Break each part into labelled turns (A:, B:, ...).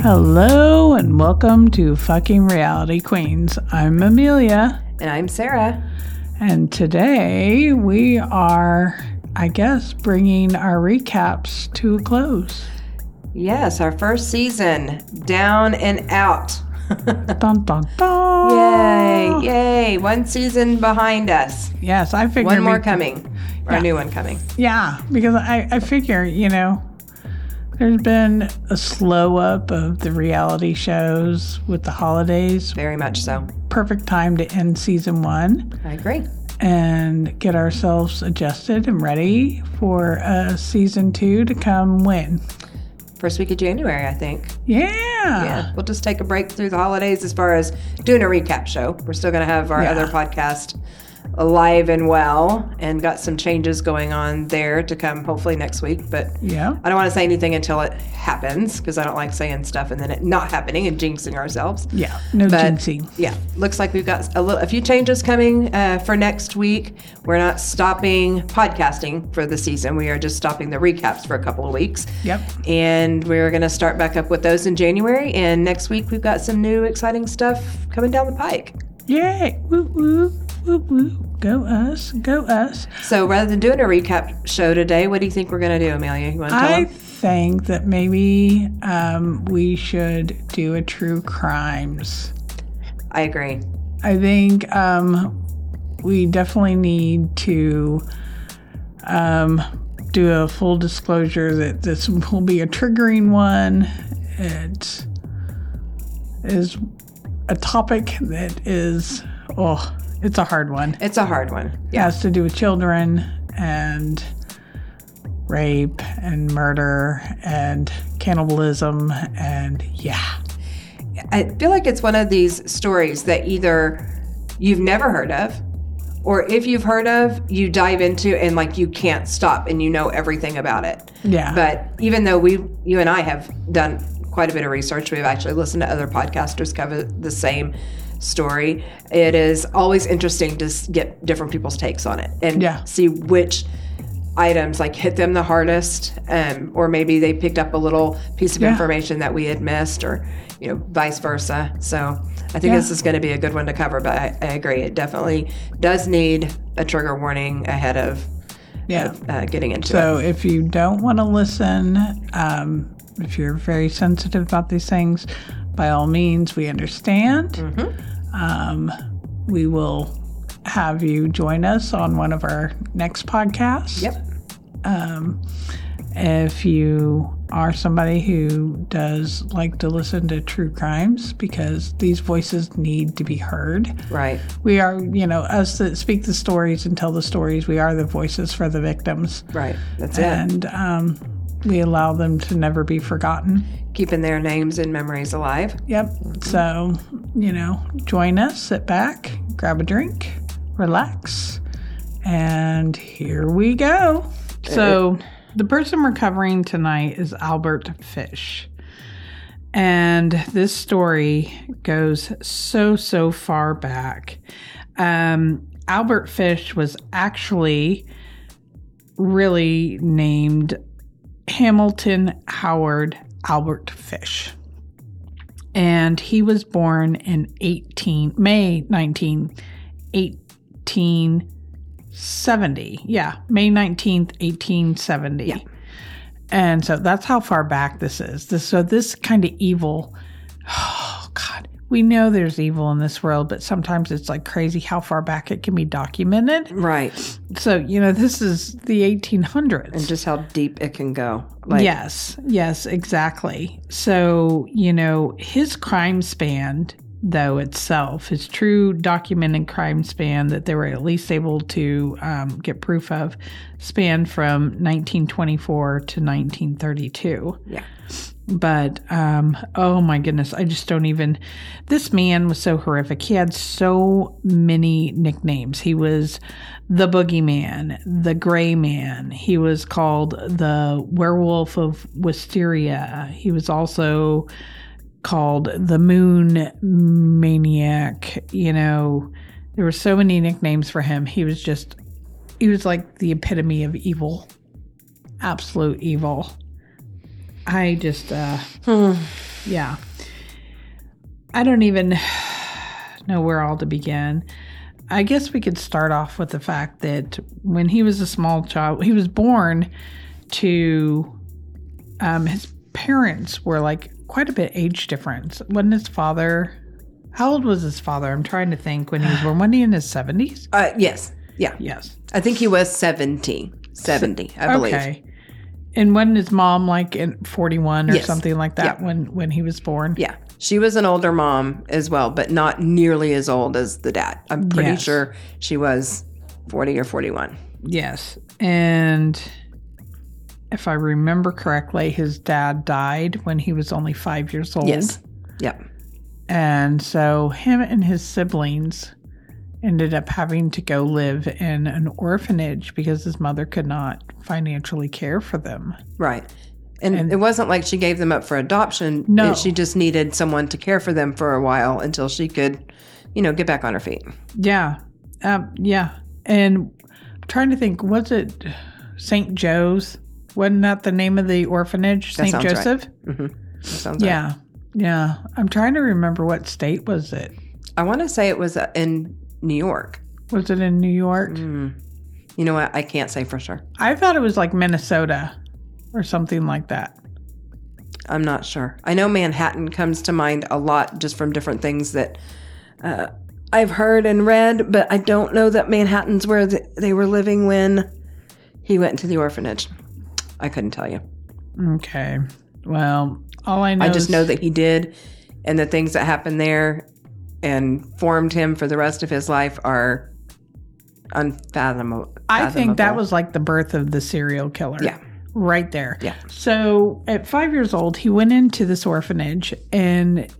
A: Hello and welcome to Fucking Reality Queens. I'm Amelia,
B: And I'm Sarah.
A: and today we are, I guess, bringing our recaps to a close.
B: Yes, our first season, down and out.
A: Dun, dun, dun.
B: yay, yay. One season behind us.
A: Yes, I figured.
B: One more
A: we-
B: coming, or a new one coming.
A: Yeah, because I, I figure, you know, there's been a slow up of the reality shows with the holidays.
B: Very much so.
A: Perfect time to end season one.
B: I agree.
A: and get ourselves adjusted and ready for uh, season two to come when?
B: First week of January, I think.
A: Yeah.
B: Yeah, we'll just take a break through the holidays as far as doing a recap show. We're still going to have our
A: Yeah.
B: other podcast alive and well and got some changes going on there to come hopefully next week. But
A: Yeah.
B: I don't want to say anything until it happens because I don't like saying stuff and then it not happening and jinxing ourselves.
A: Yeah. No
B: But
A: jinxing.
B: yeah, looks like we've got a, little, a few changes coming uh, for next week. We're not stopping podcasting for the season. We are just stopping the recaps for a couple of weeks.
A: Yep.
B: And we're going to start back up with those in January. And next week, we've got some new exciting stuff coming down the pike.
A: Yay. Woo woo. Woo woo. Go us. Go us.
B: So rather than doing a recap show today, what do you think we're going to do, Amelia? You want to tell
A: I
B: them?
A: think that maybe um, we should do a true crimes.
B: I agree.
A: I think um, we definitely need to um, do a full disclosure that this will be a triggering one. It is a topic that is, oh, it's a hard one.
B: It's a hard one.
A: It has to do with children and rape and murder and cannibalism and yeah.
B: I feel like it's one of these stories that either you've never heard of, or if you've heard of, you dive into and like you can't stop and you know everything about it.
A: Yeah.
B: But even though we, you and I have done quite a bit of research, we've actually listened to other podcasters cover the same story. It is always interesting to s- get different people's takes on it and
A: Yeah.
B: see which items like hit them the hardest, um, or maybe they picked up a little piece of
A: Yeah.
B: information that we had missed, or you know, vice versa. So I think
A: Yeah.
B: this is going to be a good one to cover. But I, I agree, it definitely does need a trigger warning ahead of
A: yeah.
B: uh, getting into it.
A: So if you don't want to listen, um, if you're very sensitive about these things, by all means, we understand. Um, we will have you join us on one of our next podcasts.
B: Yep.
A: Um, if you are somebody who does like to listen to true crimes, because these voices need to be heard.
B: Right.
A: We are, you know, us that speak the stories and tell the stories, we are the voices for the victims
B: Right. That's it.
A: and um, we allow them to never be forgotten.
B: keeping their names and memories alive.
A: Yep. So, you know, join us, sit back, grab a drink, relax, and here we go. So, the person we're covering tonight is Albert Fish. And this story goes so, so far back. Um, Albert Fish was actually really named Hamilton Howard Albert Fish and he was born in 18 May 19 1870. Yeah, May 19th, 1870.
B: Yeah.
A: And so that's how far back this is. This so this kind of evil oh god. We know there's evil in this world, but sometimes it's like crazy how far back it can be documented.
B: Right.
A: So, you know, this is the 1800s.
B: And just how deep it can go.
A: Yes, yes, exactly. So, you know, his crime span, though, itself, his true documented crime span that they were at least able to um, get proof of, spanned from 1924 to 1932
B: Yeah.
A: but um oh my goodness i just don't even this man was so horrific he had so many nicknames he was the boogeyman the gray man he was called the werewolf of wisteria he was also called the moon maniac you know there were so many nicknames for him he was just he was like the epitome of evil
B: Hmm.
A: absolute evil i just uh Yeah. I don't even know where all to begin. I guess we could start off with the fact that when he was a small child, he was born to um, his parents were like quite a bit age difference. Wasn't his father? How old was his father? I'm trying to think when he was born. Wasn't he in his 70s?
B: Uh, yes. Yeah.
A: Yes.
B: I think he was 70. 70, I believe.
A: And wasn't his mom like in 41 or
B: Yes.
A: something like that
B: Yeah.
A: when when he was born?
B: Yeah. She was an older mom as well, but not nearly as old as the dad. I'm pretty
A: Yes.
B: sure she was 40 or 41.
A: Yes. And if I remember correctly, his dad died when he was only five years old.
B: Yes. Yep.
A: And so him and his siblings ended up having to go live in an orphanage because his mother could not financially care for them.
B: Right. And,
A: And-
B: it wasn't like she gave them up for adoption.
A: No.
B: She just needed someone to care for them for a while until she could, you know, get back on her feet.
A: Yeah. Um, yeah. And I'm trying to think, was it St. Joe's? Wasn't that the name of the orphanage? St.
B: That sounds right.
A: Joseph?
B: Mm-hmm. Sounds right.
A: Yeah. Yeah. I'm trying to remember what state was it?
B: I want to say it was uh, in New York.
A: Was it in New York?
B: Mm. You know what? I can't say for sure.
A: I thought it was like Minnesota or something like that.
B: I'm not sure. I know Manhattan comes to mind a lot just from different things that uh, I've heard and read, but I don't know that Manhattan's where th- they were living when he went to the orphanage. I couldn't tell you.
A: Okay. Well, all I know
B: I just
A: is-
B: know that he did, and the things that happened there and formed him for the rest of his life are unfathomable.
A: I think that
B: fathomable.
A: was like the birth of the serial killer.
B: Yeah.
A: Right there.
B: Yeah.
A: So at five years old, he went into this orphanage, and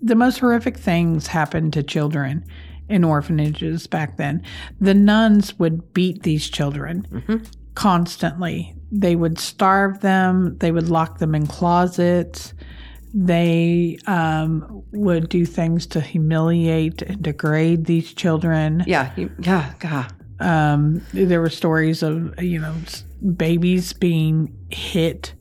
A: the most horrific things happened to children in orphanages back then. The nuns would beat these children
B: Mm-hmm.
A: constantly, they would starve them, they would lock them in closets. They um, would do things to humiliate and degrade these children
B: Yeah, he, yeah, God.
A: um, there were stories of you know s- babies being hit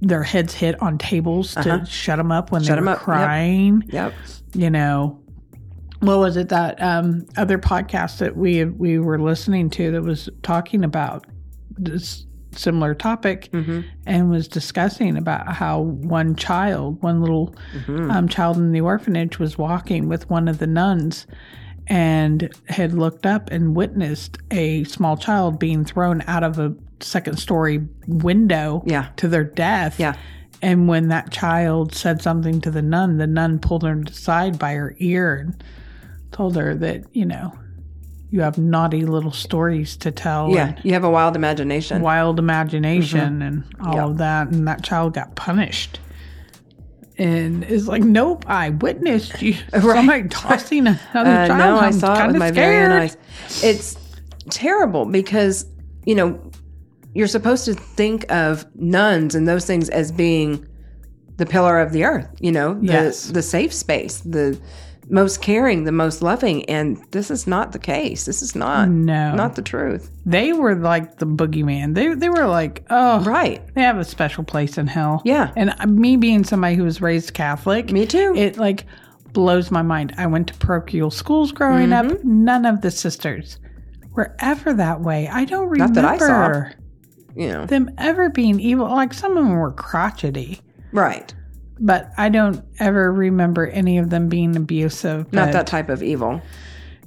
A: their heads hit on tables
B: Uh-huh.
A: to shut them up when
B: Shut
A: they
B: 'em
A: were
B: up, yep.
A: crying
B: Yep.
A: you know what was it that um, other podcast that we we were listening to that was talking about this similar topic
B: Mm-hmm.
A: and was discussing about how one child, one little
B: Mhm.
A: um, child in the orphanage, was walking with one of the nuns and had looked up and witnessed a small child being thrown out of a second story window
B: Yeah.
A: to their death.
B: Yeah.
A: And when that child said something to the nun, the nun pulled her aside by her ear and told her that, you know, you have naughty little stories to tell. and-
B: Yeah. You have a wild imagination.
A: wild imagination and all
B: Yeah.
A: of that and that child got punished and it's like nope i witnessed you somebody tossing another
B: Uh,
A: child
B: no, I
A: I'm
B: saw it
A: kinda
B: with my
A: scared.
B: very own eyes. It's terrible because you know you're supposed to think of nuns and those things as being the pillar of the earth. You know, the
A: Yes.
B: the safe space, the most caring, the most loving, and this is not the case. This is not
A: no
B: not the truth.
A: they were like the boogeyman they, they were like oh
B: Right?
A: they have a special place in hell
B: Yeah.
A: and uh, me being somebody who was raised catholic
B: Me too.
A: it like blows my mind i went to parochial schools growing up
B: Mm-hmm.
A: none of the sisters were ever that way i don't remember
B: Not that I saw. you know.
A: them ever being evil. Like some of them were crotchety,
B: Right.
A: but I don't ever remember any of them being abusive.
B: Not
A: but-
B: that type of evil.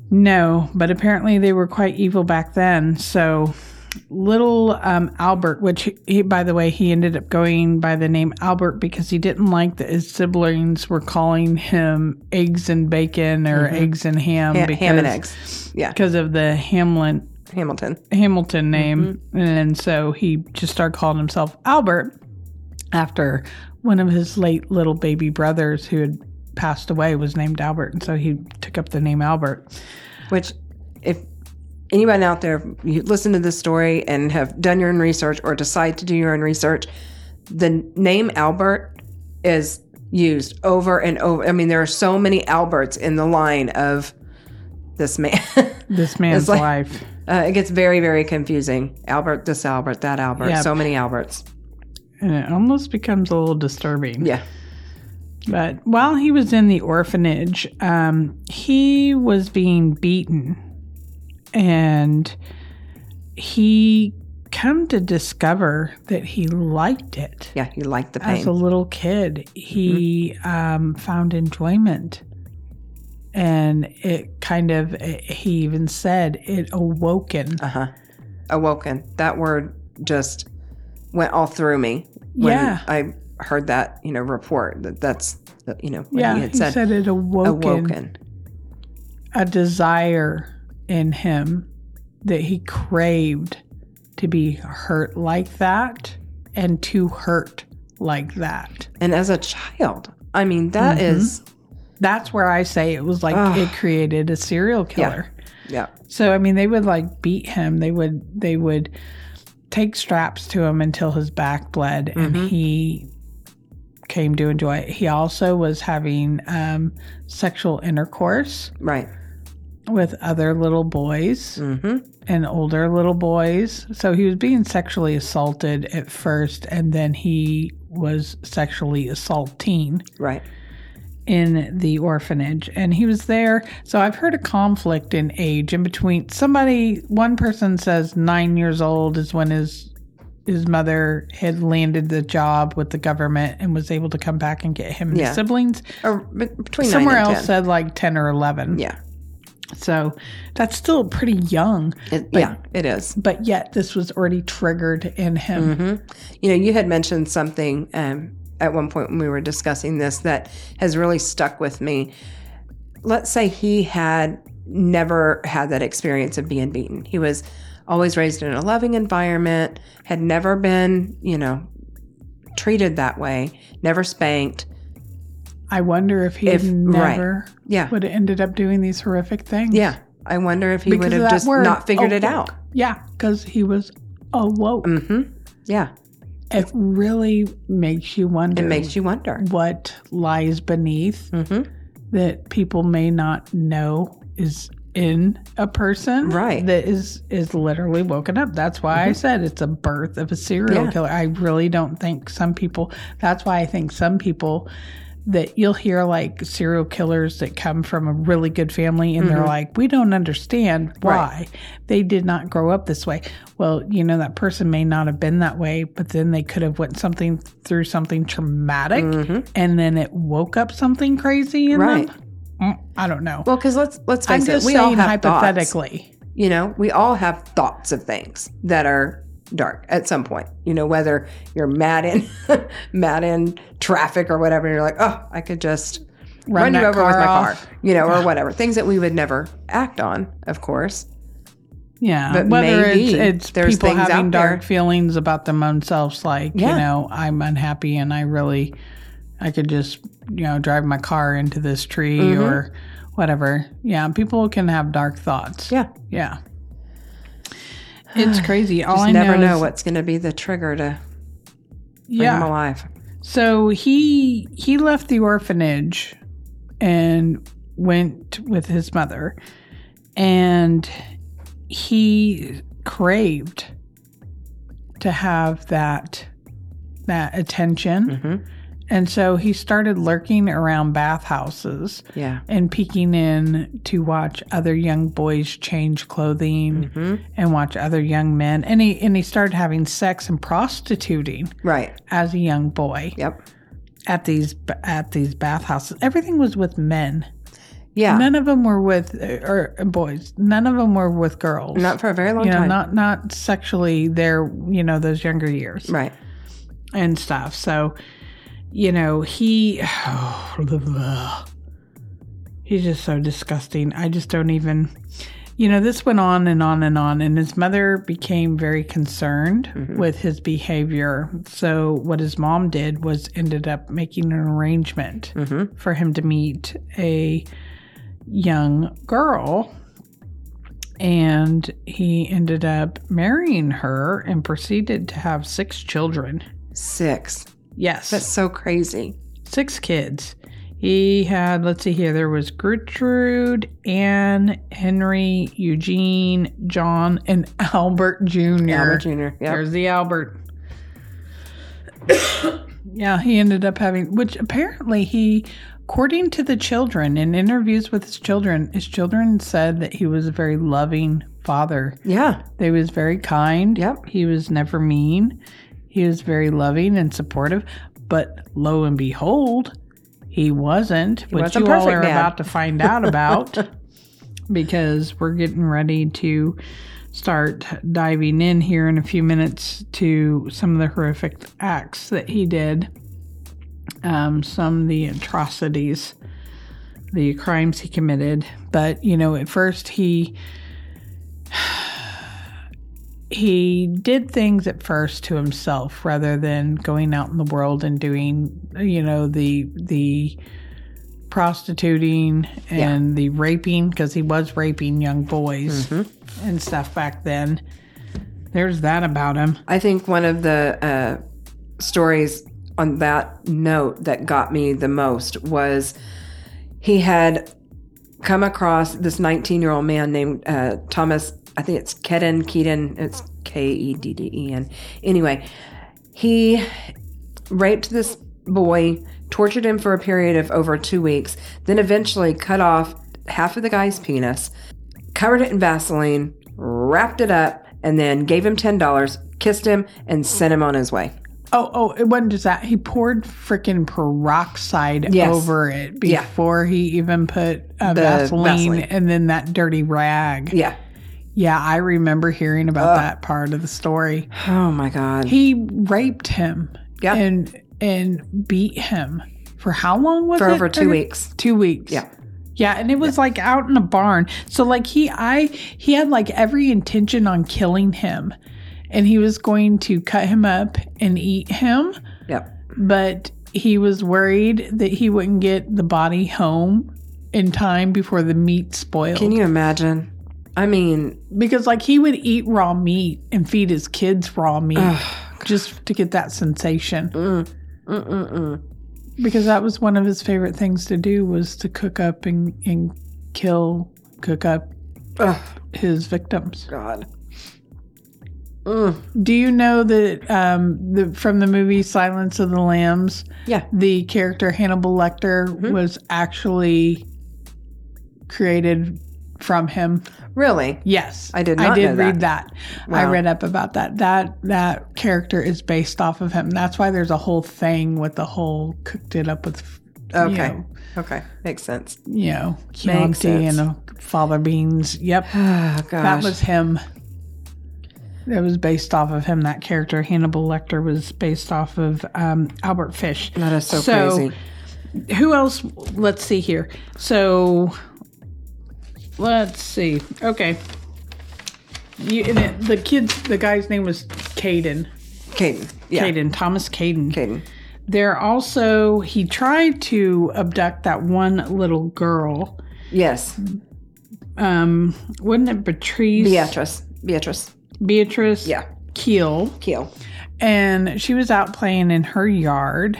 A: No, but apparently they were quite evil back then. So little um, Albert, which he, by the way, he ended up going by the name Albert because he didn't like that his siblings were calling him eggs and bacon or eggs and ham.
B: Mm-hmm. Ha-
A: because,
B: ham and eggs. Yeah.
A: Because of the Hamlin
B: Hamilton. Mm-hmm.
A: Hamilton name. And so he just started calling himself Albert after one of his late little baby brothers who had passed away was named Albert. And so he took up the name Albert.
B: Which, if anybody out there you listen to this story and have done your own research or decide to do your own research, the name Albert is used over and over. I mean, there are so many Alberts in the line of this man. Uh,
A: This man's
B: like-
A: life.
B: uh, it gets very, very confusing. Albert, this Albert, that Albert,
A: Yeah.
B: so many Alberts.
A: and it almost becomes a little disturbing.
B: Yeah.
A: But while he was in the orphanage, um, he was being beaten, and he come to discover that he liked it.
B: Yeah. You like the
A: As a
B: pain.
A: little kid, he
B: Mm-hmm.
A: um, found enjoyment, and it kind of it, he even said it awoken.
B: Uh huh. Awoken. That word just went all through me when
A: Yeah.
B: I heard that, you know, report that that's, you know, what
A: yeah,
B: he had said.
A: it awoken
B: awoken.
A: a desire in him that he craved to be hurt like that and to hurt like that.
B: And as a child, I mean, that
A: Mm-hmm.
B: is,
A: That's where I say it was like
B: Ugh.
A: it created a serial
B: Yeah.
A: killer.
B: yeah.
A: So I mean, they would like beat him. They would they would take straps to him until his back bled,
B: Mm-hmm.
A: and he came to enjoy it. He also was having um, sexual intercourse
B: Right.
A: with other little boys
B: hmm
A: and older little boys. So he was being sexually assaulted at first, and then he was sexually assaulting
B: Right.
A: in the orphanage and he was there so i've heard a conflict in age in between somebody one person says nine years old is when his his mother had landed the job with the government and was able to come back and get him and
B: Yeah.
A: his siblings
B: Or be- between
A: somewhere
B: nine and
A: else uh,
B: 10.
A: said like 10 or 11
B: Yeah.
A: so that's still pretty young
B: It,
A: But-
B: yeah, it is.
A: but yet this was already triggered in him
B: Mm-hmm. You know, you had mentioned something um, at one point when we were discussing this that has really stuck with me. Let's say he had never had that experience of being beaten. He was always raised in a loving environment, had never been, you know, treated that way, never spanked.
A: i wonder if he
B: If- right.
A: never
B: Yeah.
A: would have ended up doing these horrific things
B: Yeah. I wonder if he
A: Because
B: would
A: of
B: have
A: that
B: just
A: word,
B: not figured it
A: awoke.
B: out.
A: yeah because he was awoke
B: hmm Yeah.
A: it really makes you
B: It
A: wonder
B: makes you wonder.
A: what lies beneath
B: hmm
A: that people may not know is in a person
B: Right. Mm-hmm.
A: that is is literally woken up that's why i said it's a birth of a serial
B: Yeah.
A: killer i really don't think some people that's why i think some people that you'll hear like serial killers that come from a really good family and
B: Mm-hmm.
A: they're like we don't understand why they did not grow up this way well you know that person may not have been that way but then they could have went something through something traumatic and then it woke up something crazy in
B: Mm-hmm. Right.
A: them Mm, i don't know
B: Well, because let's let's
A: i'm
B: face it,
A: just
B: we all
A: saying
B: have thoughts.
A: hypothetically
B: you know we all have thoughts of things that are dark at some point you know whether you're mad in mad in traffic or whatever you're like oh i could just
A: Run
B: run, you
A: that
B: over with
A: car
B: my
A: off."
B: car you know or whatever things that we would never act on of course
A: yeah
B: But
A: whether
B: maybe
A: it's, it's
B: there's
A: people
B: things out
A: having
B: there.
A: dark feelings about them themselves like
B: Yeah.
A: you know i'm unhappy and i really i could just you know drive my car into this tree
B: Mm-hmm.
A: or whatever yeah people can have dark thoughts
B: yeah
A: yeah it's crazy all
B: just
A: i
B: never know
A: is-
B: what's going to be the trigger to bring
A: yeah
B: them alive
A: So he he left the orphanage and went with his mother and he craved to have that that attention
B: hmm
A: and so he started lurking around bathhouses
B: yeah
A: and peeking in to watch other young boys change clothing
B: hmm
A: and watch other young men and he and he started having sex and prostituting
B: right
A: as a young boy
B: yep
A: at these at these bathhouses. Everything was with men.
B: yeah
A: None of them were with or boys. None of them were with girls.
B: not for a very long
A: you know,
B: time
A: not not sexually their you know those younger years
B: right
A: and stuff. So, you know, he he's just so disgusting. I just don't even. You know, this went on and on and on, and his mother became very concerned
B: Mm-hmm.
A: with his behavior. So, what his mom did was ended up making an arrangement
B: hmm
A: for him to meet a young girl. And he ended up marrying her and proceeded to have six children.
B: six
A: Yes,
B: that's so crazy
A: six kids. He had, let's see here, there was Gertrude, Anne, Henry, Eugene, John, and Albert Jr.
B: albert jr yeah
A: There's the Albert. Yeah, he ended up having, which apparently he, according to the children in interviews with his children, his children said that he was a very loving father.
B: Yeah.
A: They was very kind.
B: Yep.
A: He was never mean. He was very loving and supportive. But lo and behold, he wasn't, which
B: wasn't
A: you all
B: perfect,
A: are
B: man.
A: about to find out about because we're getting ready to start diving in here in a few minutes to some of the horrific acts that he did, um, some of the atrocities, the crimes he committed. But you know, at first he he did things at first to himself rather than going out in the world and doing you know the the prostituting and the raping because he was raping young boys
B: Mm-hmm.
A: and stuff back then there's that about him
B: I think one of the uh, stories on that note that got me the most was he had come across this 19 year old man named uh, Thomas, I think it's Kedden Keaton, it's K E D D E N. Anyway, he raped this boy, tortured him for a period of over two weeks, then eventually cut off half of the guy's penis, covered it in Vaseline, wrapped it up, and then gave him $10, kissed him, and sent him on his way.
A: oh oh it wasn't just that he poured freaking peroxide
B: Yes.
A: over it
B: Yeah.
A: before he even put uh, vaseline,
B: Vaseline.
A: and then that dirty rag
B: Yeah.
A: yeah i remember hearing about that part of the story
B: Oh my God.
A: he raped him
B: Yeah.
A: and and beat him for how long was
B: For
A: it
B: over two
A: Thirty-
B: weeks.
A: two weeks
B: Yeah.
A: yeah and it was like out in a barn so like he i he had like every intention on killing him and he was going to cut him up and eat him
B: Yep.
A: but he was worried that he wouldn't get the body home in time before the meat spoiled
B: Can you imagine? I mean,
A: because like he would eat raw meat and feed his kids raw meat just to get that sensation
B: mm, mm-mm-mm.
A: because that was one of his favorite things to do was to cook up and, and kill cook up
B: Oh,
A: his victims
B: God. Mm.
A: do you know that um, the, from the movie silence of the lambs
B: Yeah.
A: the character hannibal lecter
B: Mhm.
A: was actually created from him
B: Really?
A: Yes,
B: I did not
A: I did
B: know that.
A: read that. I
B: Wow.
A: read up about that. That that character is based off of him. That's why there's a whole thing with the whole cooked it up with, you
B: Okay.
A: know,
B: Okay. Makes sense.
A: you know,
B: Makes
A: Chianti and uh, fava beans. Yep,
B: Oh, gosh.
A: that was him. That was based off of him. That character Hannibal Lecter was based off of um, Albert Fish.
B: that is so,
A: So-
B: crazy.
A: Who else? Let's see here. So, let's see. Okay. You, and it, the kid's the guy's name was Caden.
B: Caden. Yeah.
A: Caden Thomas Caden.
B: Caden.
A: There also he tried to abduct that one little girl.
B: Yes.
A: Um, wasn't it Beatrice?
B: Beatrice. Beatrice.
A: Beatrice.
B: Yeah.
A: Keel.
B: Keel.
A: and she was out playing in her yard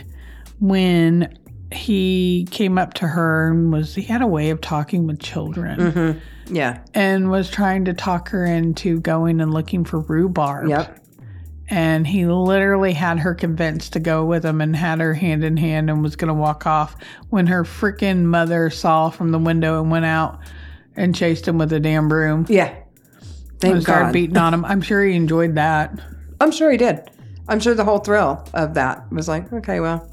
A: when he came up to her and was he had a way of talking with children
B: Mm-hmm. Yeah.
A: and was trying to talk her into going and looking for rhubarb
B: Yep.
A: and he literally had her convinced to go with him and had her hand in hand and was going to walk off when her freaking mother saw from the window and went out and chased him with a damn broom
B: Yeah.
A: and
B: Thank
A: started
B: God.
A: beating on him i'm sure he enjoyed that
B: I'm sure he did. I'm sure the whole thrill of that was like, okay, well,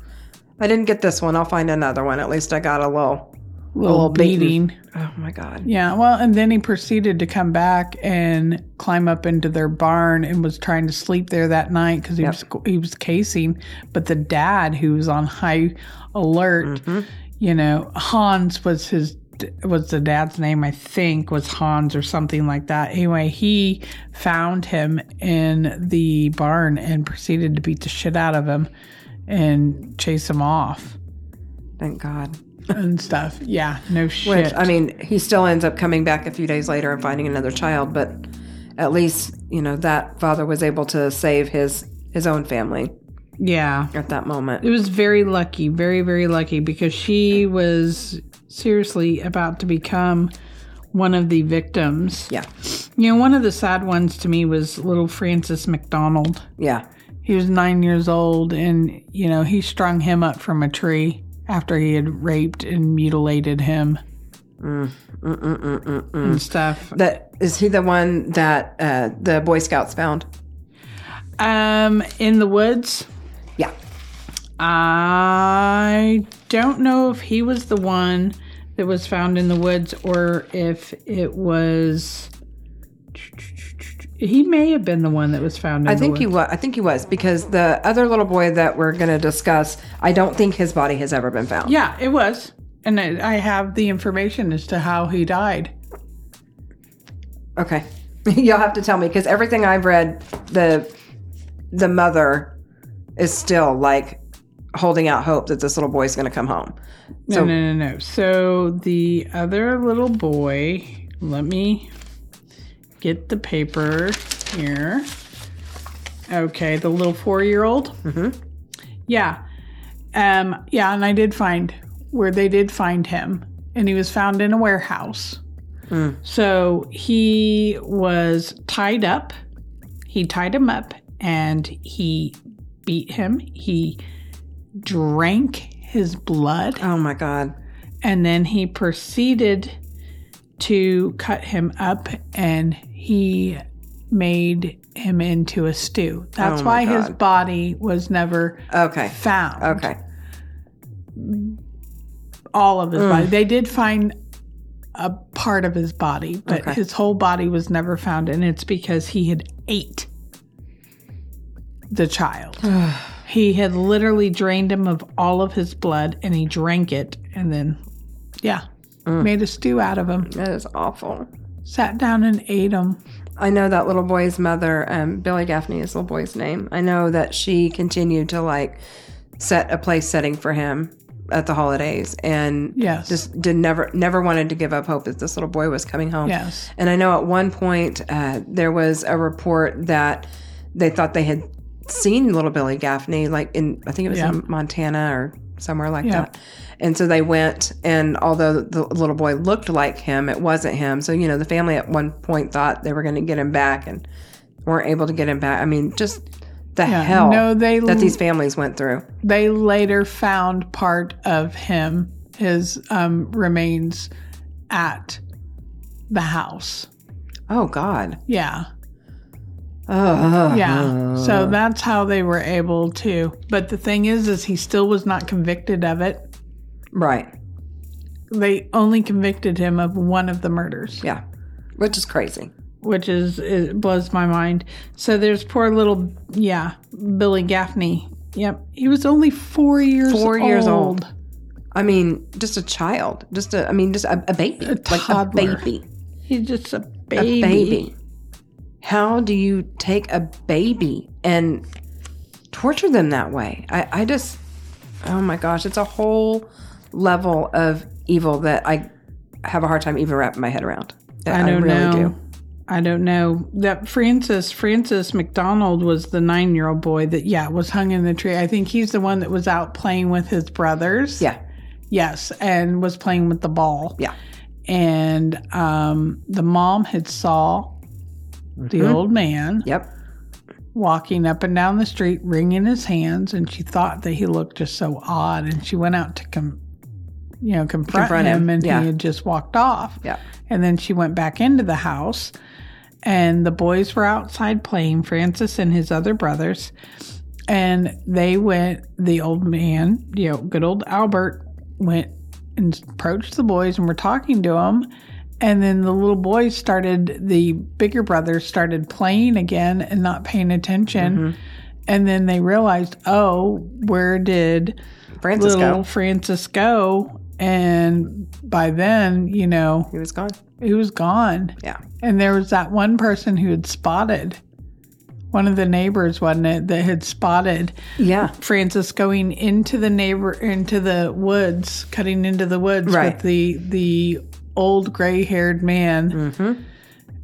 B: I didn't get this one. I'll find another one. At least I got a little.
A: little,
B: Little beating.
A: beating
B: Oh my God.
A: Yeah, well, and then he proceeded to come back and climb up into their barn and was trying to sleep there that night because he was he was casing. But the dad, who was on high alert,
B: Mm-hmm.
A: you know, Hans was his was the dad's name, I think, was Hans or something like that. Anyway, he found him in the barn and proceeded to beat the shit out of him and chase him off
B: Thank God.
A: and stuff. Yeah, no shit.
B: Which, I mean, he still ends up coming back a few days later and finding another child, but at least, you know, that father was able to save his his own family
A: yeah.
B: at that
A: It
B: moment.
A: was very lucky, very, very lucky because she was seriously about to become one of the victims.
B: Yeah.
A: You know, one of the sad ones to me was little Francis McDonald.
B: Yeah.
A: He was nine years old, and you know he strung him up from a tree after he had raped and mutilated him and stuff.
B: That is he the one that uh, the Boy Scouts found?
A: Um, in the woods,
B: Yeah.
A: I don't know if he was the one that was found in the woods or if it was. He may have been the one that was found. In
B: I
A: the
B: think
A: woods.
B: he was. I think he was because the other little boy that we're going to discuss, I don't think his body has ever been found.
A: Yeah, it was. And I, I have the information as to how he died.
B: Okay, you'll have to tell me because everything I've read, the the mother is still like holding out hope that this little boy is going to come home.
A: No,
B: So-
A: no, no, no. So the other little boy, let me get the paper here. Okay, the little four year old. Mm-hmm. Yeah. Um, yeah, and I did find where they did find him, and he was found in a warehouse. So he was tied up. He tied him up and he beat him. He drank his blood
B: Oh my god!
A: and then he proceeded to cut him up and he made him into a stew. That's
B: Oh my
A: why his
B: God.
A: body was never
B: Okay,
A: found.
B: okay.
A: All of his
B: Mm.
A: body. They did find a part of his body, but
B: Okay.
A: his whole body was never found and it's because he had ate the child. he had literally drained him of all of his blood and he drank it and then yeah,
B: Mm.
A: made a stew out of him.
B: That is awful.
A: sat down and ate them.
B: I know that little boy's mother, um, Billy Gaffney is the little boy's name. I know that she continued to like set a place setting for him at the holidays and
A: Yes.
B: just did never never wanted to give up hope that this little boy was coming home.
A: Yes.
B: And I know at one point uh, there was a report that they thought they had seen little Billy Gaffney, like in, I think it was
A: Yeah.
B: in Montana or somewhere like
A: Yeah.
B: that. And so they went, and although the little boy looked like him, it wasn't him. So, you know, the family at one point thought they were going to get him back and weren't able to get him back. I mean, just the
A: Yeah.
B: hell
A: No, they
B: that these families went through.
A: they later found part of him, his um, remains, at the house.
B: Oh, God.
A: Yeah,
B: Oh,
A: yeah. So that's how they were able to. But the thing is, is he still was not convicted of it.
B: Right.
A: They only convicted him of one of the murders.
B: Yeah. Which is crazy.
A: which is it blows my mind. So there's poor little yeah Billy Gaffney. Yep, he was only four years
B: Four
A: old.
B: years old. I mean, just a child. Just a, I mean, just a, a baby. Like
A: toddler.
B: a baby.
A: He's just a baby.
B: A baby. How do you take a baby and torture them that way? I, I just, oh my gosh, it's a whole level of evil that I have a hard time even wrapping my head around.
A: I don't
B: really
A: know.
B: do.
A: I don't know that Francis Francis McDonald was the nine year old boy that yeah was hung in the tree. I think he's the one that was out playing with his brothers.
B: Yeah.
A: Yes, and was playing with the ball.
B: Yeah.
A: And um, the mom had saw the
B: Mm-hmm.
A: old man
B: Yep.
A: walking up and down the street, wringing his hands, and she thought that he looked just so odd. And she went out to com- you know, confront,
B: Confront
A: him,
B: him,
A: and
B: yeah.
A: he had just walked off.
B: Yeah.
A: And then she went back into the house, and the boys were outside playing, Francis and his other brothers. And they went, the old man, you know, good old Albert, went and approached the boys and were talking to them. And then the little boys started, the bigger brothers started playing again and not paying attention. And then they realized, oh, where did
B: Francisco.
A: little Francis go? And by then, you know,
B: He was gone.
A: he was gone.
B: Yeah.
A: And there was that one person who had spotted, one of the neighbors, wasn't it, that had spotted
B: Yeah.
A: Francis going into the neighbor into the woods, cutting into the woods
B: Right.
A: with the the old gray haired man,
B: Mm-hmm.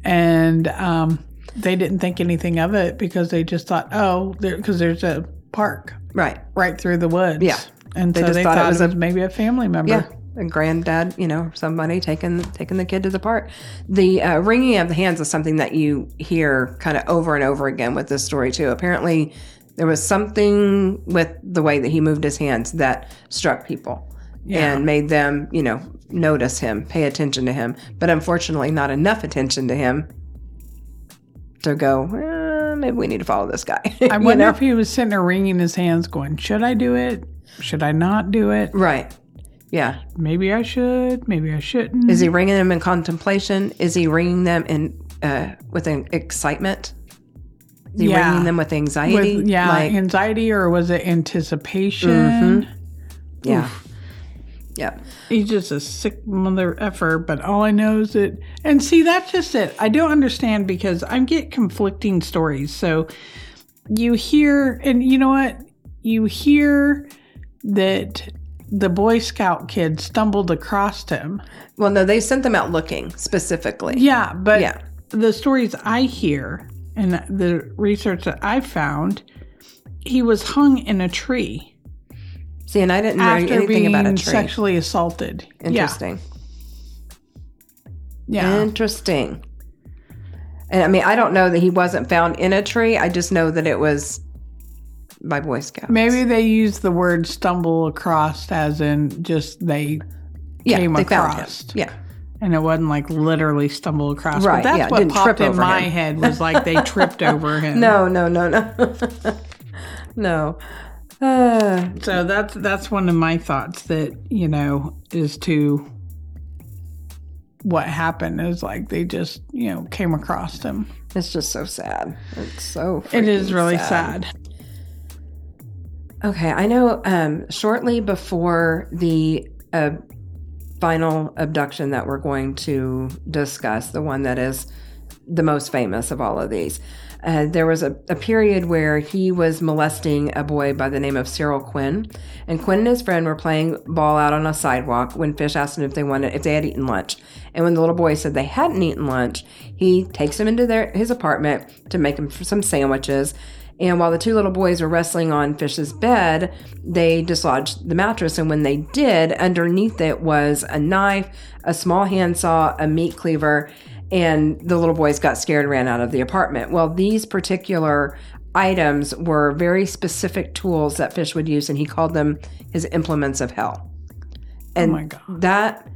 A: and um, they didn't think anything of it because they just thought, oh, because there's a park
B: Right.
A: right through the woods.
B: Yeah.
A: And
B: They
A: so
B: just
A: they thought, it was
B: a-
A: maybe a family member.
B: Yeah, a granddad, you know, somebody taking taking the kid to the park. The uh, wringing of the hands is something that you hear kind of over and over again with this story too. Apparently, There was something with the way that he moved his hands that struck people
A: Yeah.
B: and made them, you know, notice him, pay attention to him. But unfortunately, not enough attention to him to go, "Eh, maybe we need to follow this guy.
A: I
B: You
A: wonder
B: know?
A: if he was sitting there wringing his hands, going, "Should I do it? Should I not do it?
B: Right. Yeah.
A: Maybe I should. Maybe I shouldn't."
B: Is he ringing them in contemplation? Is he ringing them in uh, with an excitement? Is he
A: Yeah.
B: ringing them with
A: With-
B: anxiety?
A: yeah,
B: Like, Mm-hmm.
A: anxiety or was it anticipation?
B: yeah. Yeah.
A: He's just a sick mother effer, but all I know is that. And see, that's just it. I don't understand because I get conflicting stories. So you hear, and you know what? You hear that the Boy Scout kid stumbled across him.
B: Well, no, they sent them out looking specifically.
A: Yeah, but
B: Yeah.
A: the stories I hear and the research that I found, he was hung in a tree
B: See, and I didn't know
A: after
B: anything
A: being
B: about a tree.
A: sexually assaulted. Yeah,
B: Interesting.
A: Yeah.
B: Interesting. And I mean, I don't know that he wasn't found in a tree. I just know that it was by Boy Scouts.
A: Maybe they use the word stumble across as in just they
B: yeah,
A: came
B: they
A: across.
B: found him. Yeah.
A: and it wasn't like literally stumble across.
B: Right,
A: But that's
B: yeah,
A: what
B: didn't
A: popped
B: trip
A: in
B: over
A: my
B: him.
A: head was like they tripped over him.
B: No, no, no, no. no. Uh,
A: So that's that's one of my thoughts that, you know, is to what happened is like they just, you know, came across him.
B: it's just so sad. It's so.
A: It is
B: freaking
A: really sad.
B: Okay, I know. Um, shortly before the uh, final abduction that we're going to discuss, the one that is the most famous of all of these, uh, there was a, a period where he was molesting a boy by the name of Cyril Quinn, and Quinn and his friend were playing ball out on a sidewalk when Fish asked him if they wanted if they had eaten lunch, and when the little boy said they hadn't eaten lunch, he takes him into their his apartment to make him some sandwiches. And while the two little boys were wrestling on Fish's bed, they dislodged the mattress. And when they did, underneath it was a knife, a small handsaw, a meat cleaver, and the little boys got scared and ran out of the apartment. Well, these particular items were very specific tools that Fish would use, and he called them his implements of hell. And
A: Oh my God.
B: that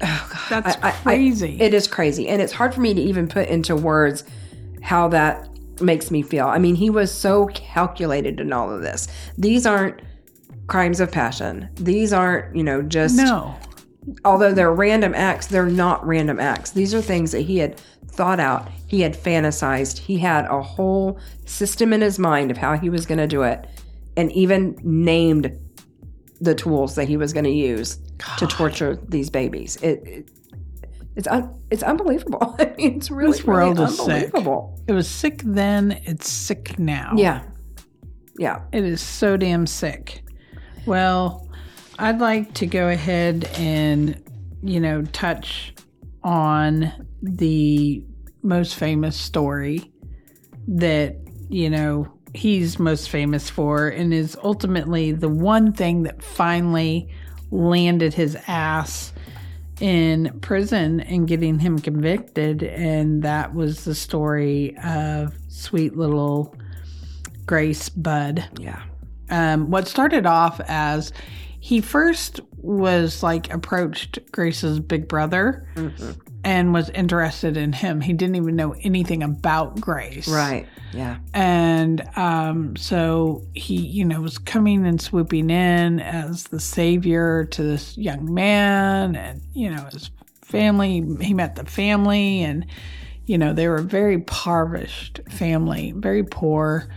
A: That's
B: I- I-
A: crazy.
B: it is crazy. And it's hard for me to even put into words how that makes me feel. I mean, he was so calculated in all of this. These aren't crimes of passion. These aren't, you know, just
A: no.
B: although they're random acts, they're not random acts. These are things that he had thought out, he had fantasized, he had a whole system in his mind of how he was going to do it, and even named the tools that he was going to use to torture these babies. It, it it's un, it's unbelievable. I mean, it's really,
A: This world
B: really
A: is sick. Oh.
B: unbelievable.
A: It was sick then, it's sick now.
B: Yeah, yeah.
A: It is so damn sick. Well, I'd like to go ahead and, you know, touch on the most famous story that, you know, he's most famous for and is ultimately the one thing that finally landed his ass in prison and getting him convicted. And that was the story of sweet little Grace Budd
B: Yeah.
A: um, what started off as he first was like approached Grace's big brother and was interested in him. He didn't even know anything about Grace.
B: Right. Yeah.
A: And um, so he, you know, was coming and swooping in as the savior to this young man and, you know, his family. He met the family and, you know, they were a very impoverished family, very poor.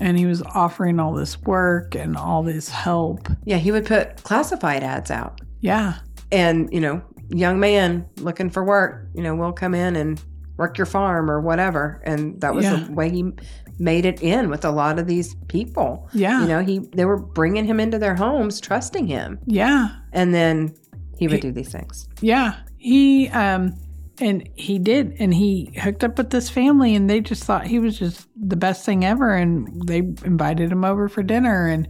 A: And he was offering all this work and all this help.
B: Yeah. He would put classified ads out.
A: Yeah.
B: and you know young man looking for work you know will come in and work your farm or whatever and that was
A: Yeah.
B: the way he made it in with a lot of these people
A: Yeah.
B: you know he they were bringing him into their homes trusting him
A: Yeah.
B: and then he would do these things
A: Yeah, he um and he did and he hooked up with this family and they just thought he was just the best thing ever and they invited him over for dinner and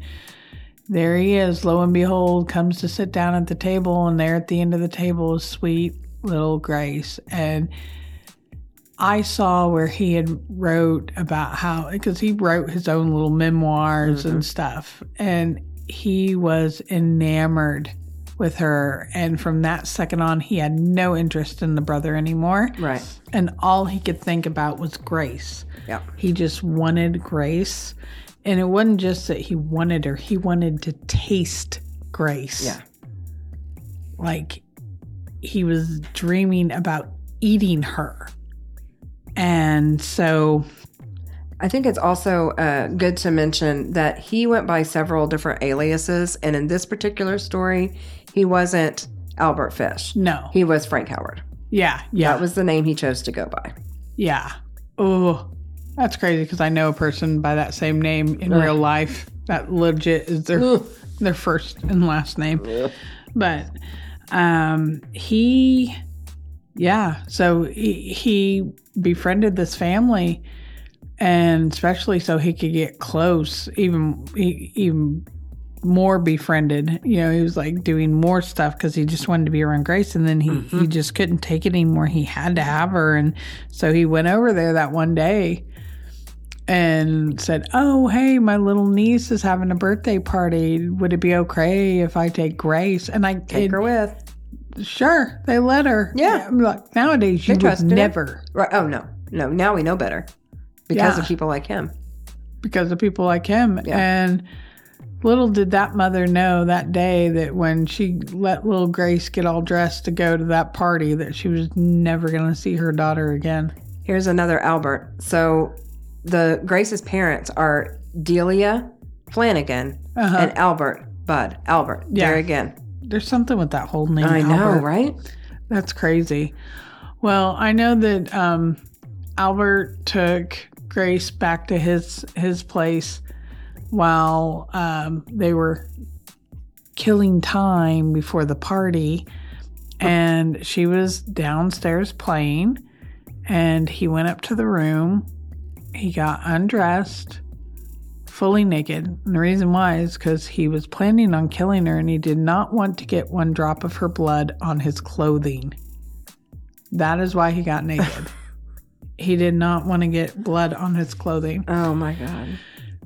A: there he is lo and behold comes to sit down at the table and there at the end of the table is sweet little grace and I saw where he had wrote about how because he wrote his own little memoirs and stuff, and he was enamored with her. And from that second on, he had no interest in the brother anymore,
B: Right.
A: and all he could think about was Grace.
B: Yeah.
A: He just wanted grace. And it wasn't just that he wanted her, he wanted to taste grace.
B: Yeah.
A: Like he was dreaming about eating her. And so,
B: I think it's also uh, good to mention that he went by several different aliases, and in this particular story, he wasn't Albert Fish.
A: no.
B: He was Frank Howard.
A: Yeah. Yeah.
B: That was the name he chose to go by.
A: yeah. Oh, that's crazy because I know a person by that same name in real life. That legit is their their first and last name. But um, he, yeah, so he, he befriended this family, and especially so he could get close, even e- even more befriended. You know, he was like doing more stuff because he just wanted to be around Grace, and then he he just couldn't take it anymore. He had to have her, and so he went over there that one day and said, "Oh, hey, my little niece is having a birthday party. Would it be okay if I take Grace?" And I
B: Take
A: and
B: her with.
A: Sure, they let her.
B: Yeah.
A: I'm like nowadays you
B: They
A: would
B: trusted her.
A: never
B: Right. Oh, no. No. Now we know better because
A: Yeah.
B: of people like him.
A: because of people like him.
B: Yeah.
A: And little did that mother know that day that when she let little Grace get all dressed to go to that party, that she was never going to see her daughter again.
B: Here's another Albert. So the Grace's parents are Delia Flanagan
A: Uh-huh.
B: and Albert Bud. Albert.
A: Yeah.
B: There again.
A: There's something with that whole name.
B: I know,
A: Albert.
B: right?
A: That's crazy. Well, I know that um, Albert took Grace back to his his place while um, they were killing time before the party, and she was downstairs playing. And he went up to the room. He got undressed, fully naked. And the reason why is because he was planning on killing her and he did not want to get one drop of her blood on his clothing. That is why he got naked. he did not want to get blood on his clothing.
B: Oh, my God.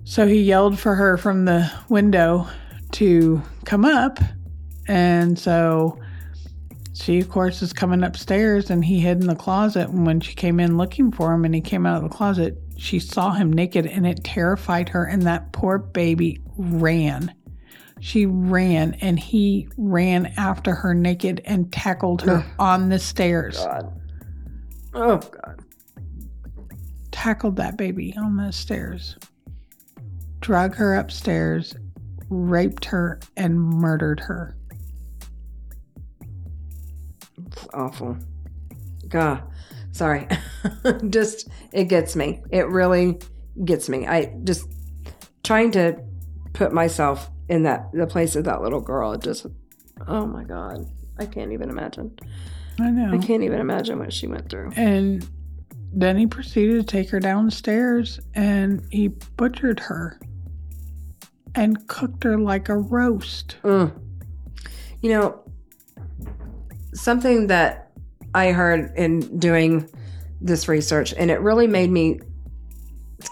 A: So he yelled for her from the window to come up. And so she, of course, is coming upstairs and he hid in the closet. And when she came in looking for him and he came out of the closet, she saw him naked and it terrified her. And that poor baby ran. She ran and he ran after her naked and tackled her on the stairs.
B: God. Oh, God.
A: tackled that baby on the stairs, drug her upstairs, raped her, and murdered her.
B: It's awful. God, sorry. just it gets me. It really gets me. I just trying to put myself in that the place of that little girl. It just oh my god, I can't even imagine.
A: I
B: I
A: know.
B: can't even imagine what she went through.
A: And then he proceeded to take her downstairs and he butchered her and cooked her like a roast.
B: Mm. You know, something that I heard in doing this research, and it really made me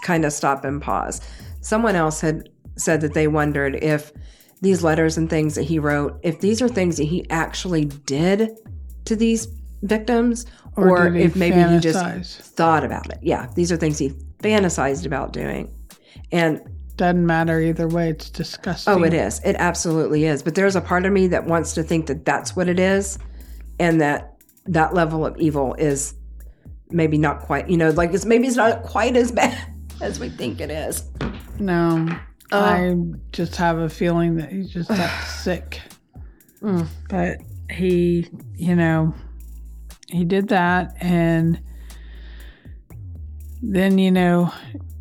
B: kind of stop and pause. Someone else had said that they wondered if these letters and things that he wrote, if these are things that he actually did to these victims, or,
A: did
B: if maybe he just
A: fantasize?
B: thought about it. Yeah, these are things he fantasized about doing. And
A: Doesn't matter either way. It's disgusting.
B: Oh, it is. It absolutely is. But there's a part of me that wants to think that that's what it is, and that that level of evil is maybe not quite. You know, like it's maybe it's not quite as bad as we think it is.
A: No.
B: Oh.
A: I just have a feeling that he's just that sick.
B: Mm.
A: But he, you know, he did that. And then, you know,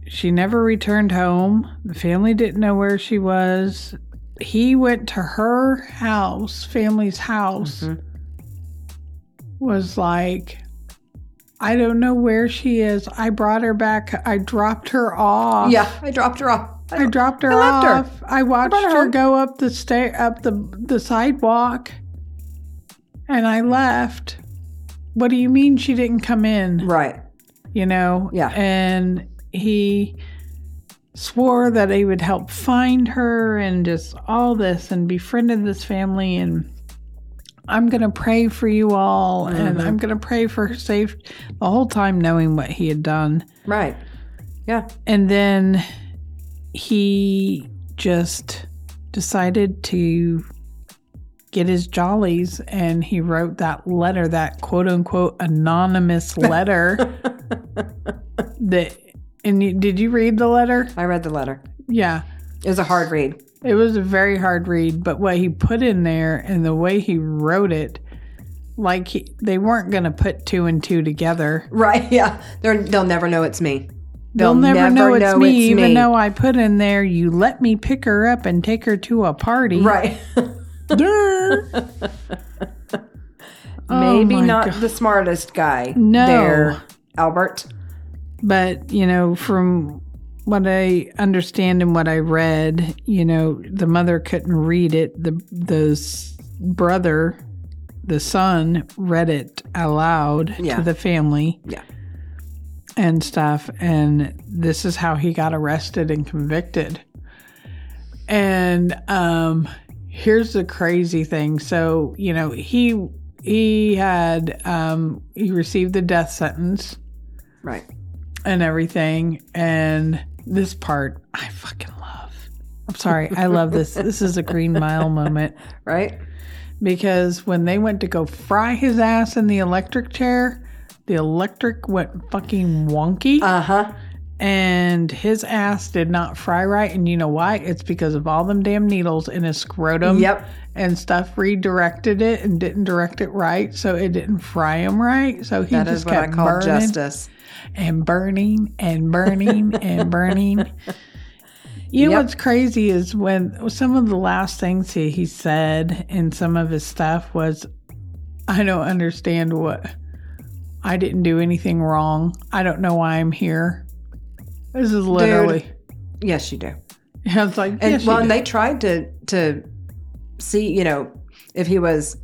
A: she never returned home. The family didn't know where she was. He went to her house, family's house,
B: Mhm. Mm-hmm.
A: was like, I don't know where she is. I brought her back. I dropped her off.
B: Yeah, I dropped her off.
A: I dropped her
B: I left her.
A: off. I watched
B: brought her
A: her
B: home.
A: go up the stair, up the the sidewalk, and I left. What do you mean she didn't come in?
B: Right.
A: you know?
B: Yeah.
A: And he swore that he would help find her and just all this and befriended this family and I'm going to pray for you all and
B: Mhm.
A: I'm going to pray for her safe the whole time knowing what he had done.
B: Right. Yeah.
A: And then he just decided to get his jollies and he wrote that letter, that quote unquote anonymous letter that. And you, did you read the letter?
B: I read the letter.
A: Yeah.
B: It was a hard read.
A: It was a very hard read, but what he put in there and the way he wrote it, like he, they weren't going to put two and two together.
B: Right. Yeah. They're, they'll never know it's me.
A: They'll, never, know, it's, me, even
B: me.
A: though I put in there, you let me pick her up and take her to a party.
B: Right.
A: Durr. Oh
B: Maybe
A: my
B: not
A: God.
B: the smartest guy
A: No.
B: there, Albert.
A: But, you know, from what I understand and what I read, you know, the mother couldn't read it. The, the s- brother, the son, read it aloud
B: Yeah.
A: to the family.
B: Yeah.
A: and stuff. And this is how he got arrested and convicted. And um, here's the crazy thing. So you know he he had um, he received the death sentence
B: Right.
A: and everything. And this part I fucking love. I'm sorry, I love this. This is a Green Mile moment
B: Right.
A: because when they went to go fry his ass in the electric chair, the electric went fucking wonky
B: Uh huh.
A: and his ass did not fry right. And you know why? It's because of all them damn needles in his scrotum
B: Yep.
A: and stuff redirected it and didn't direct it right. So it didn't fry him right. So he
B: That
A: just
B: is what I
A: kept
B: call
A: burning
B: justice.
A: and burning and burning and burning. You know
B: Yep.
A: what's crazy is when some of the last things he, he said in some of his stuff was, I don't understand what I didn't do anything wrong. I don't know why I'm here. This is literally.
B: Yes, you do.
A: I was like,
B: And
A: yes, you
B: well,
A: did.
B: and they tried to to see, you know, if he was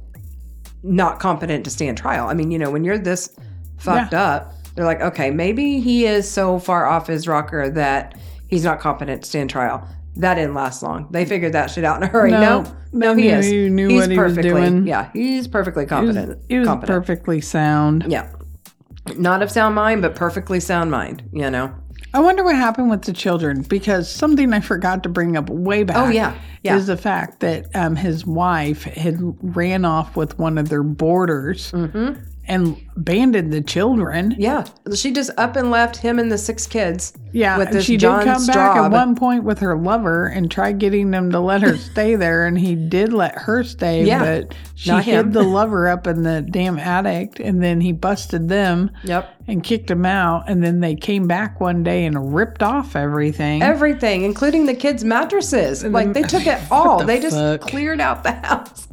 B: not competent to stand trial. I mean, you know, when you're this fucked up, they're like, okay, maybe he is so far off his rocker that he's not competent to stand trial. That didn't last long. They figured that shit out in a hurry. No, no,
A: they
B: he
A: knew-
B: is.
A: he knew
B: he's
A: what he was
B: perfectly,
A: doing.
B: yeah, he's perfectly
A: he was,
B: competent.
A: he was
B: competent.
A: perfectly sound.
B: Yeah, not of sound mind, but perfectly sound mind. You know.
A: I wonder what happened with the children because something I forgot to bring up way back.
B: Oh yeah, yeah.
A: is the fact that um, his wife had ran off with one of their boarders
B: mm-hmm.
A: and abandoned the children.
B: Yeah, she just up and left him and the six kids.
A: Yeah,
B: With
A: and
B: this
A: she
B: John's
A: did come back at
B: job.
A: one point with her lover and tried getting them to let her stay there, and he did let her stay,
B: Yeah,
A: but she
B: not him.
A: hid the lover up in the damn attic, and then he busted them
B: Yep,
A: and kicked them out, and then they came back one day and ripped off everything.
B: everything, including the kids' mattresses. Like they took it all.
A: the
B: they just
A: fuck?
B: cleared out the house.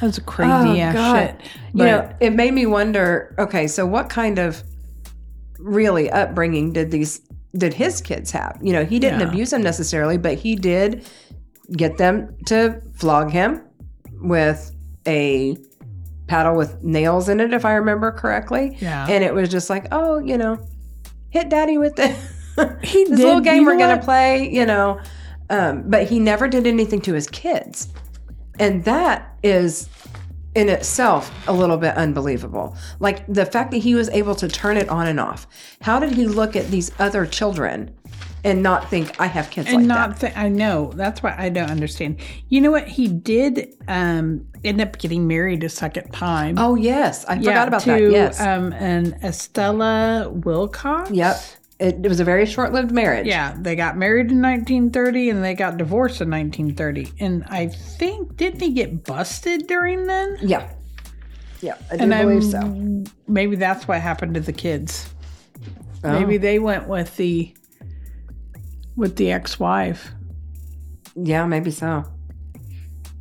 A: That's crazy ass shit.
B: You know, it made me wonder. Okay, so what kind of really upbringing did these did his kids have? You know, he didn't
A: Yeah.
B: abuse them necessarily, but he did get them to flog him with a paddle with nails in it, if I remember correctly.
A: yeah,
B: and it was just like, oh, you know, hit daddy with it.
A: he
B: this little game we're gonna
A: play.
B: play, you know. Um, but he never did anything to his kids, and that is in itself a little bit unbelievable. Like the fact that he was able to turn it on and off. How did he look at these other children and not think I have kids
A: and
B: like
A: not
B: that?
A: thi- I know that's why I don't understand. You know what he did um end up getting married a second time.
B: Oh yes, I
A: Yeah,
B: forgot about
A: to,
B: that. Yes,
A: um an Estella Wilcox.
B: yep. It, it was a very short-lived marriage.
A: Yeah, they got married in 1930 and they got divorced in 1930. And I think didn't he get busted during then?
B: yeah, yeah. I do
A: And
B: believe so.
A: I'm- Maybe that's what happened to the kids.
B: Oh.
A: Maybe they went with the with the ex-wife.
B: Yeah, maybe so.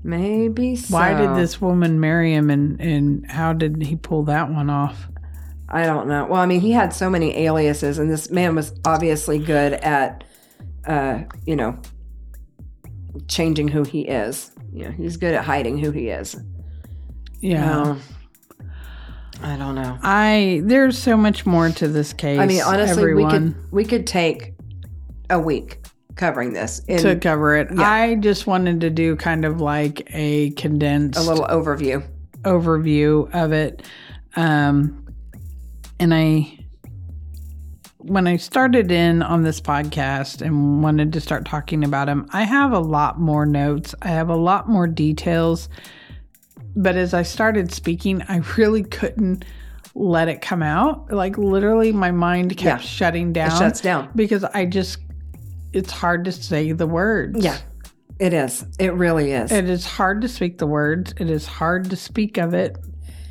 B: Maybe so.
A: Why did this woman marry him and and how did he pull that one off?
B: I don't know. Well, I mean, he had so many aliases, and this man was obviously good at, uh, you know, changing who he is. You know, he's good at hiding who he is.
A: Yeah.
B: Um, I don't know.
A: I there's so much more to this case.
B: I mean, honestly,
A: everyone.
B: we could we could take a week covering this in
A: to cover it.
B: Yeah.
A: I just wanted to do kind of like a condensed
B: a little overview.
A: overview of it. Um, and I, when I started in on this podcast and wanted to start talking about him, I have a lot more notes, I have a lot more details. But as I started speaking, I really couldn't let it come out. Like, literally, my mind kept
B: Yeah.
A: shutting down
B: It shuts down.
A: because I just, it's hard to say the words.
B: Yeah, it is. It really is.
A: It is hard to speak the words. It is hard to speak of it.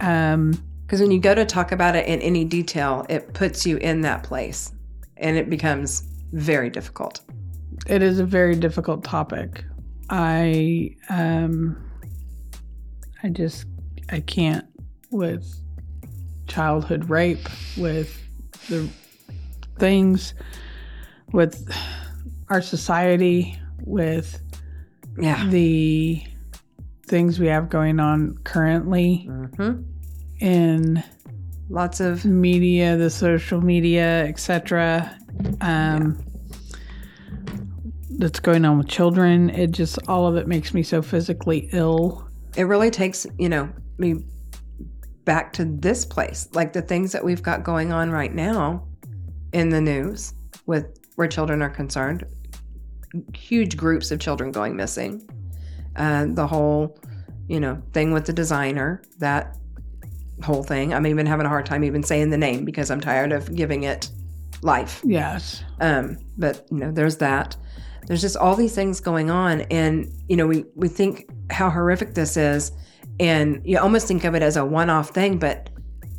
A: Um,
B: Because when you go to talk about it in any detail, it puts you in that place, and it becomes very difficult.
A: it is a very difficult topic. I um I just I can't with childhood rape with the things with our society with
B: Yeah.
A: the things we have going on currently
B: hmm
A: in
B: Lots of
A: media, the social media, etc. Um, That's going on with children. It just all of it makes me so physically ill.
B: it really takes you know me back to this place, like the things that we've got going on right now in the news with where children are concerned. Huge groups of children going missing. Uh, the whole, you know, thing with the designer that whole thing. I'm even having a hard time even saying the name because I'm tired of giving it life.
A: Yes,
B: Um, but you know, there's that. There's just all these things going on, and you know, we we think how horrific this is, and you almost think of it as a one-off thing. But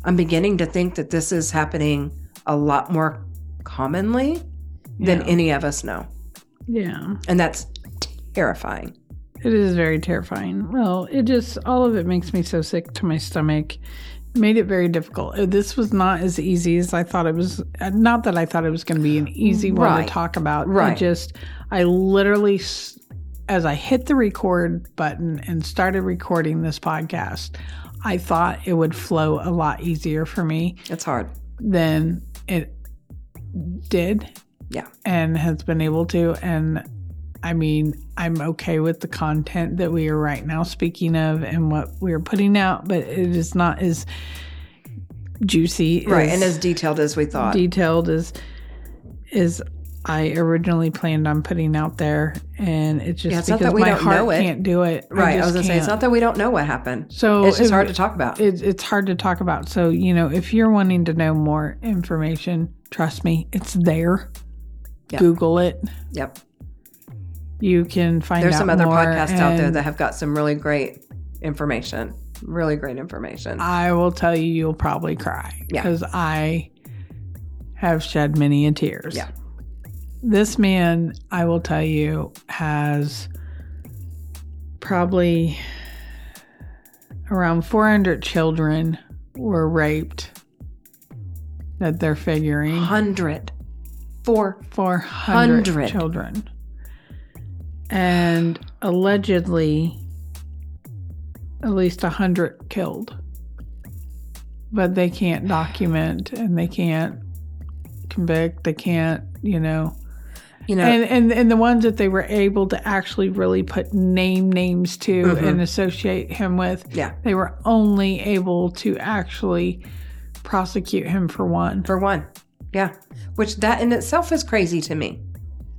B: I'm beginning to think that this is happening a lot more commonly than
A: yeah.
B: any of us know,
A: yeah,
B: and that's terrifying.
A: it is very terrifying. Well, it just all of it makes me so sick to my stomach. Made it very difficult. Uh, This was not as easy as I thought it was. uh, Not that I thought it was going to be an easy one
B: Right.
A: to talk about. I
B: Right.
A: just, I literally, s- as I hit the record button and started recording this podcast, I thought it would flow a lot easier for me
B: It's hard.
A: than it did.
B: Yeah.
A: And has been able to. And I mean, I'm okay with the content that we are right now speaking of and what we're putting out, but it is not as juicy
B: Right, and as detailed as we thought.
A: detailed as as I originally planned on putting out there. And it's just
B: Yeah, it's not
A: because
B: that we
A: my
B: don't
A: heart
B: know it.
A: can't do it.
B: right, I,
A: just
B: was gonna say it's
A: can't.
B: not that we don't know what happened.
A: so
B: it's just
A: if-
B: hard to talk about.
A: it, it's hard to talk about. So, you know, if you're wanting to know more information, trust me, it's there.
B: Yeah.
A: Google it.
B: yep.
A: You can find
B: There's
A: out
B: some other
A: more,
B: podcasts out there
A: and
B: that have got some really great information. Really great information.
A: I will tell you, you'll probably cry
B: Yeah.
A: because I have shed many a tears.
B: Yeah.
A: This man, I will tell you, has probably around 400 children were raped that they're figuring.
B: Hundred. Four.
A: 400
B: Hundred.
A: children. And allegedly, at least 100 killed. But they can't document and they can't convict. They can't, you know.
B: You know,
A: And, and, and the ones that they were able to actually really put name names to
B: Mhm.
A: and associate him with,
B: Yeah.
A: they were only able to actually prosecute him for one.
B: for one. Yeah. Which that in itself is crazy to me.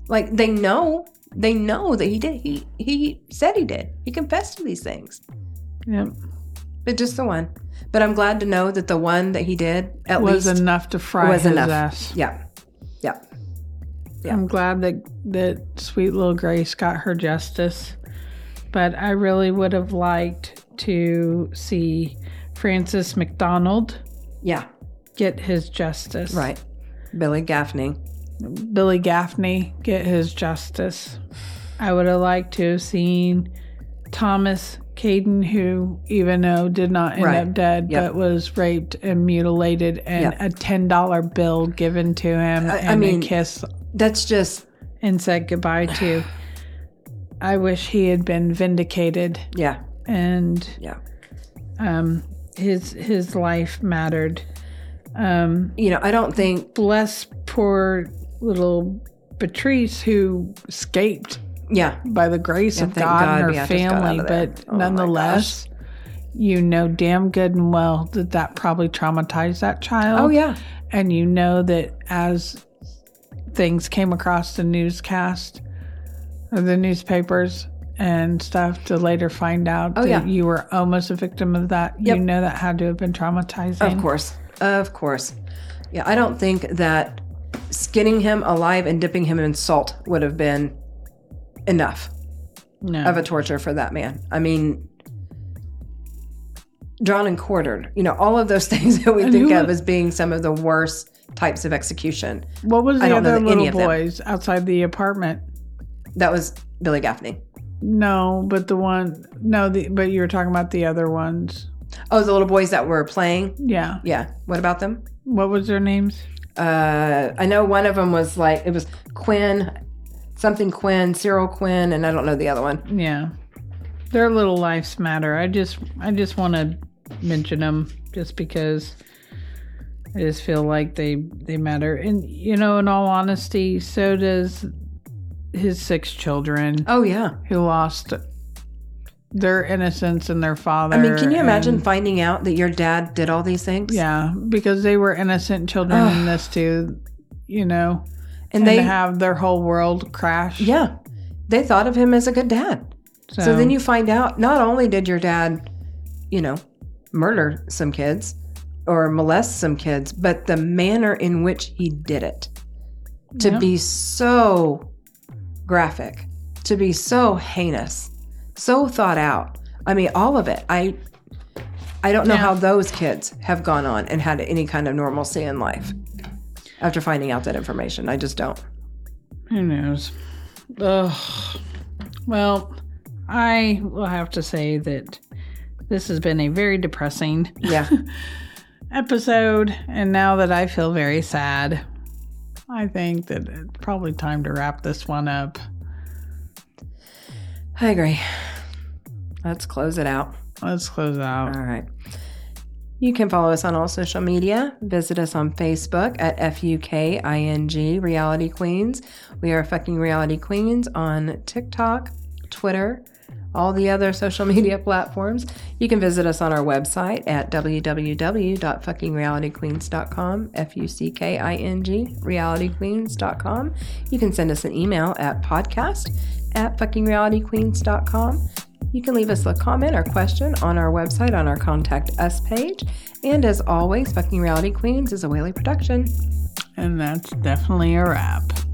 B: Like they know they know that he did he he said he did. He confessed to these things.
A: Yep.
B: But just the one. But I'm glad to know that the one that he did at
A: was
B: least
A: enough to fry
B: was
A: his
B: enough.
A: ass.
B: Yeah. Yeah. Yeah.
A: I'm glad that that sweet little Grace got her justice, but I really would have liked to see Francis McDonald
B: Yeah.
A: get his justice.
B: Right. Billy Gaffney.
A: Billy Gaffney get his justice. I would have liked to have seen Thomas Caden, who even though did not end
B: Right.
A: up dead,
B: Yep.
A: but was raped and mutilated, and
B: Yep.
A: a ten dollar bill given to him
B: I- I
A: and
B: mean-
A: a kiss
B: That's just
A: and said goodbye to. I wish he had been vindicated
B: yeah.
A: and
B: Yeah.
A: um, his his life mattered. Um,
B: You know, I don't think.
A: bless poor little Patrice who escaped
B: Yeah,
A: by the grace
B: Yeah,
A: of
B: thank
A: God,
B: God
A: and
B: we
A: her
B: just got out
A: family,
B: of there.
A: but
B: Oh my
A: nonetheless, you know damn good and well that that probably traumatized that child.
B: Oh yeah.
A: and you know that as things came across the newscast or the newspapers and stuff to later find out
B: Oh,
A: that
B: yeah.
A: you were almost a victim of that
B: Yep.
A: you know that had to have been traumatizing
B: Of course. Of course. Yeah, I don't think that skinning him alive and dipping him in salt would have been enough
A: no
B: of a torture for that man. I mean, drawn and quartered, you know, all of those things that we
A: And
B: think
A: who
B: of
A: would-
B: as being some of the worst types of execution.
A: what was
B: I
A: the
B: don't know
A: other
B: that any
A: little
B: of them-
A: boys outside the apartment
B: That was Billy Gaffney.
A: no but the one no the, but you were talking about the other ones
B: Oh, the little boys that were playing.
A: yeah
B: Yeah. What about them?
A: what was their names
B: uh, I know one of them was like it was Quinn, something Quinn, Cyril Quinn, and I don't know the other one.
A: yeah their little lives matter i just i just want to mention them just because i just feel like they they matter and you know in all honesty so does his six children
B: Oh yeah.
A: who lost their innocence and their father
B: I mean, can you imagine
A: and-
B: finding out that your dad did all these things?
A: yeah because they were innocent children in this too you know
B: and,
A: and,
B: they
A: they have their whole world crash
B: yeah, they thought of him as a good dad. So, then you find out not only did your dad, you know, murder some kids or molest some kids, but the manner in which he did it to
A: Yeah.
B: be so graphic, to be so heinous, so thought out. I mean, all of it. I I don't know
A: Yeah.
B: how those kids have gone on and had any kind of normalcy in life after finding out that information. I just don't.
A: Who knows? Ugh. Well, I will have to say that this has been a very depressing
B: Yeah.
A: episode, and now that I feel very sad, I think that it's probably time to wrap this one up.
B: I agree. Let's close it out.
A: Let's close out.
B: All right. You can follow us on all social media. Visit us on Facebook at FUKING Reality Queens. We are fucking Reality Queens on TikTok, Twitter, all the other social media platforms. You can visit us on our website at www.fuckingrealityqueens.com, F U C K I N G, realityqueens.com. You can send us an email at podcast at fuckingrealityqueens.com. You can leave us a comment or question on our website on our Contact Us page. And as always, Fucking Reality Queens is a Whaley production.
A: And that's definitely a wrap.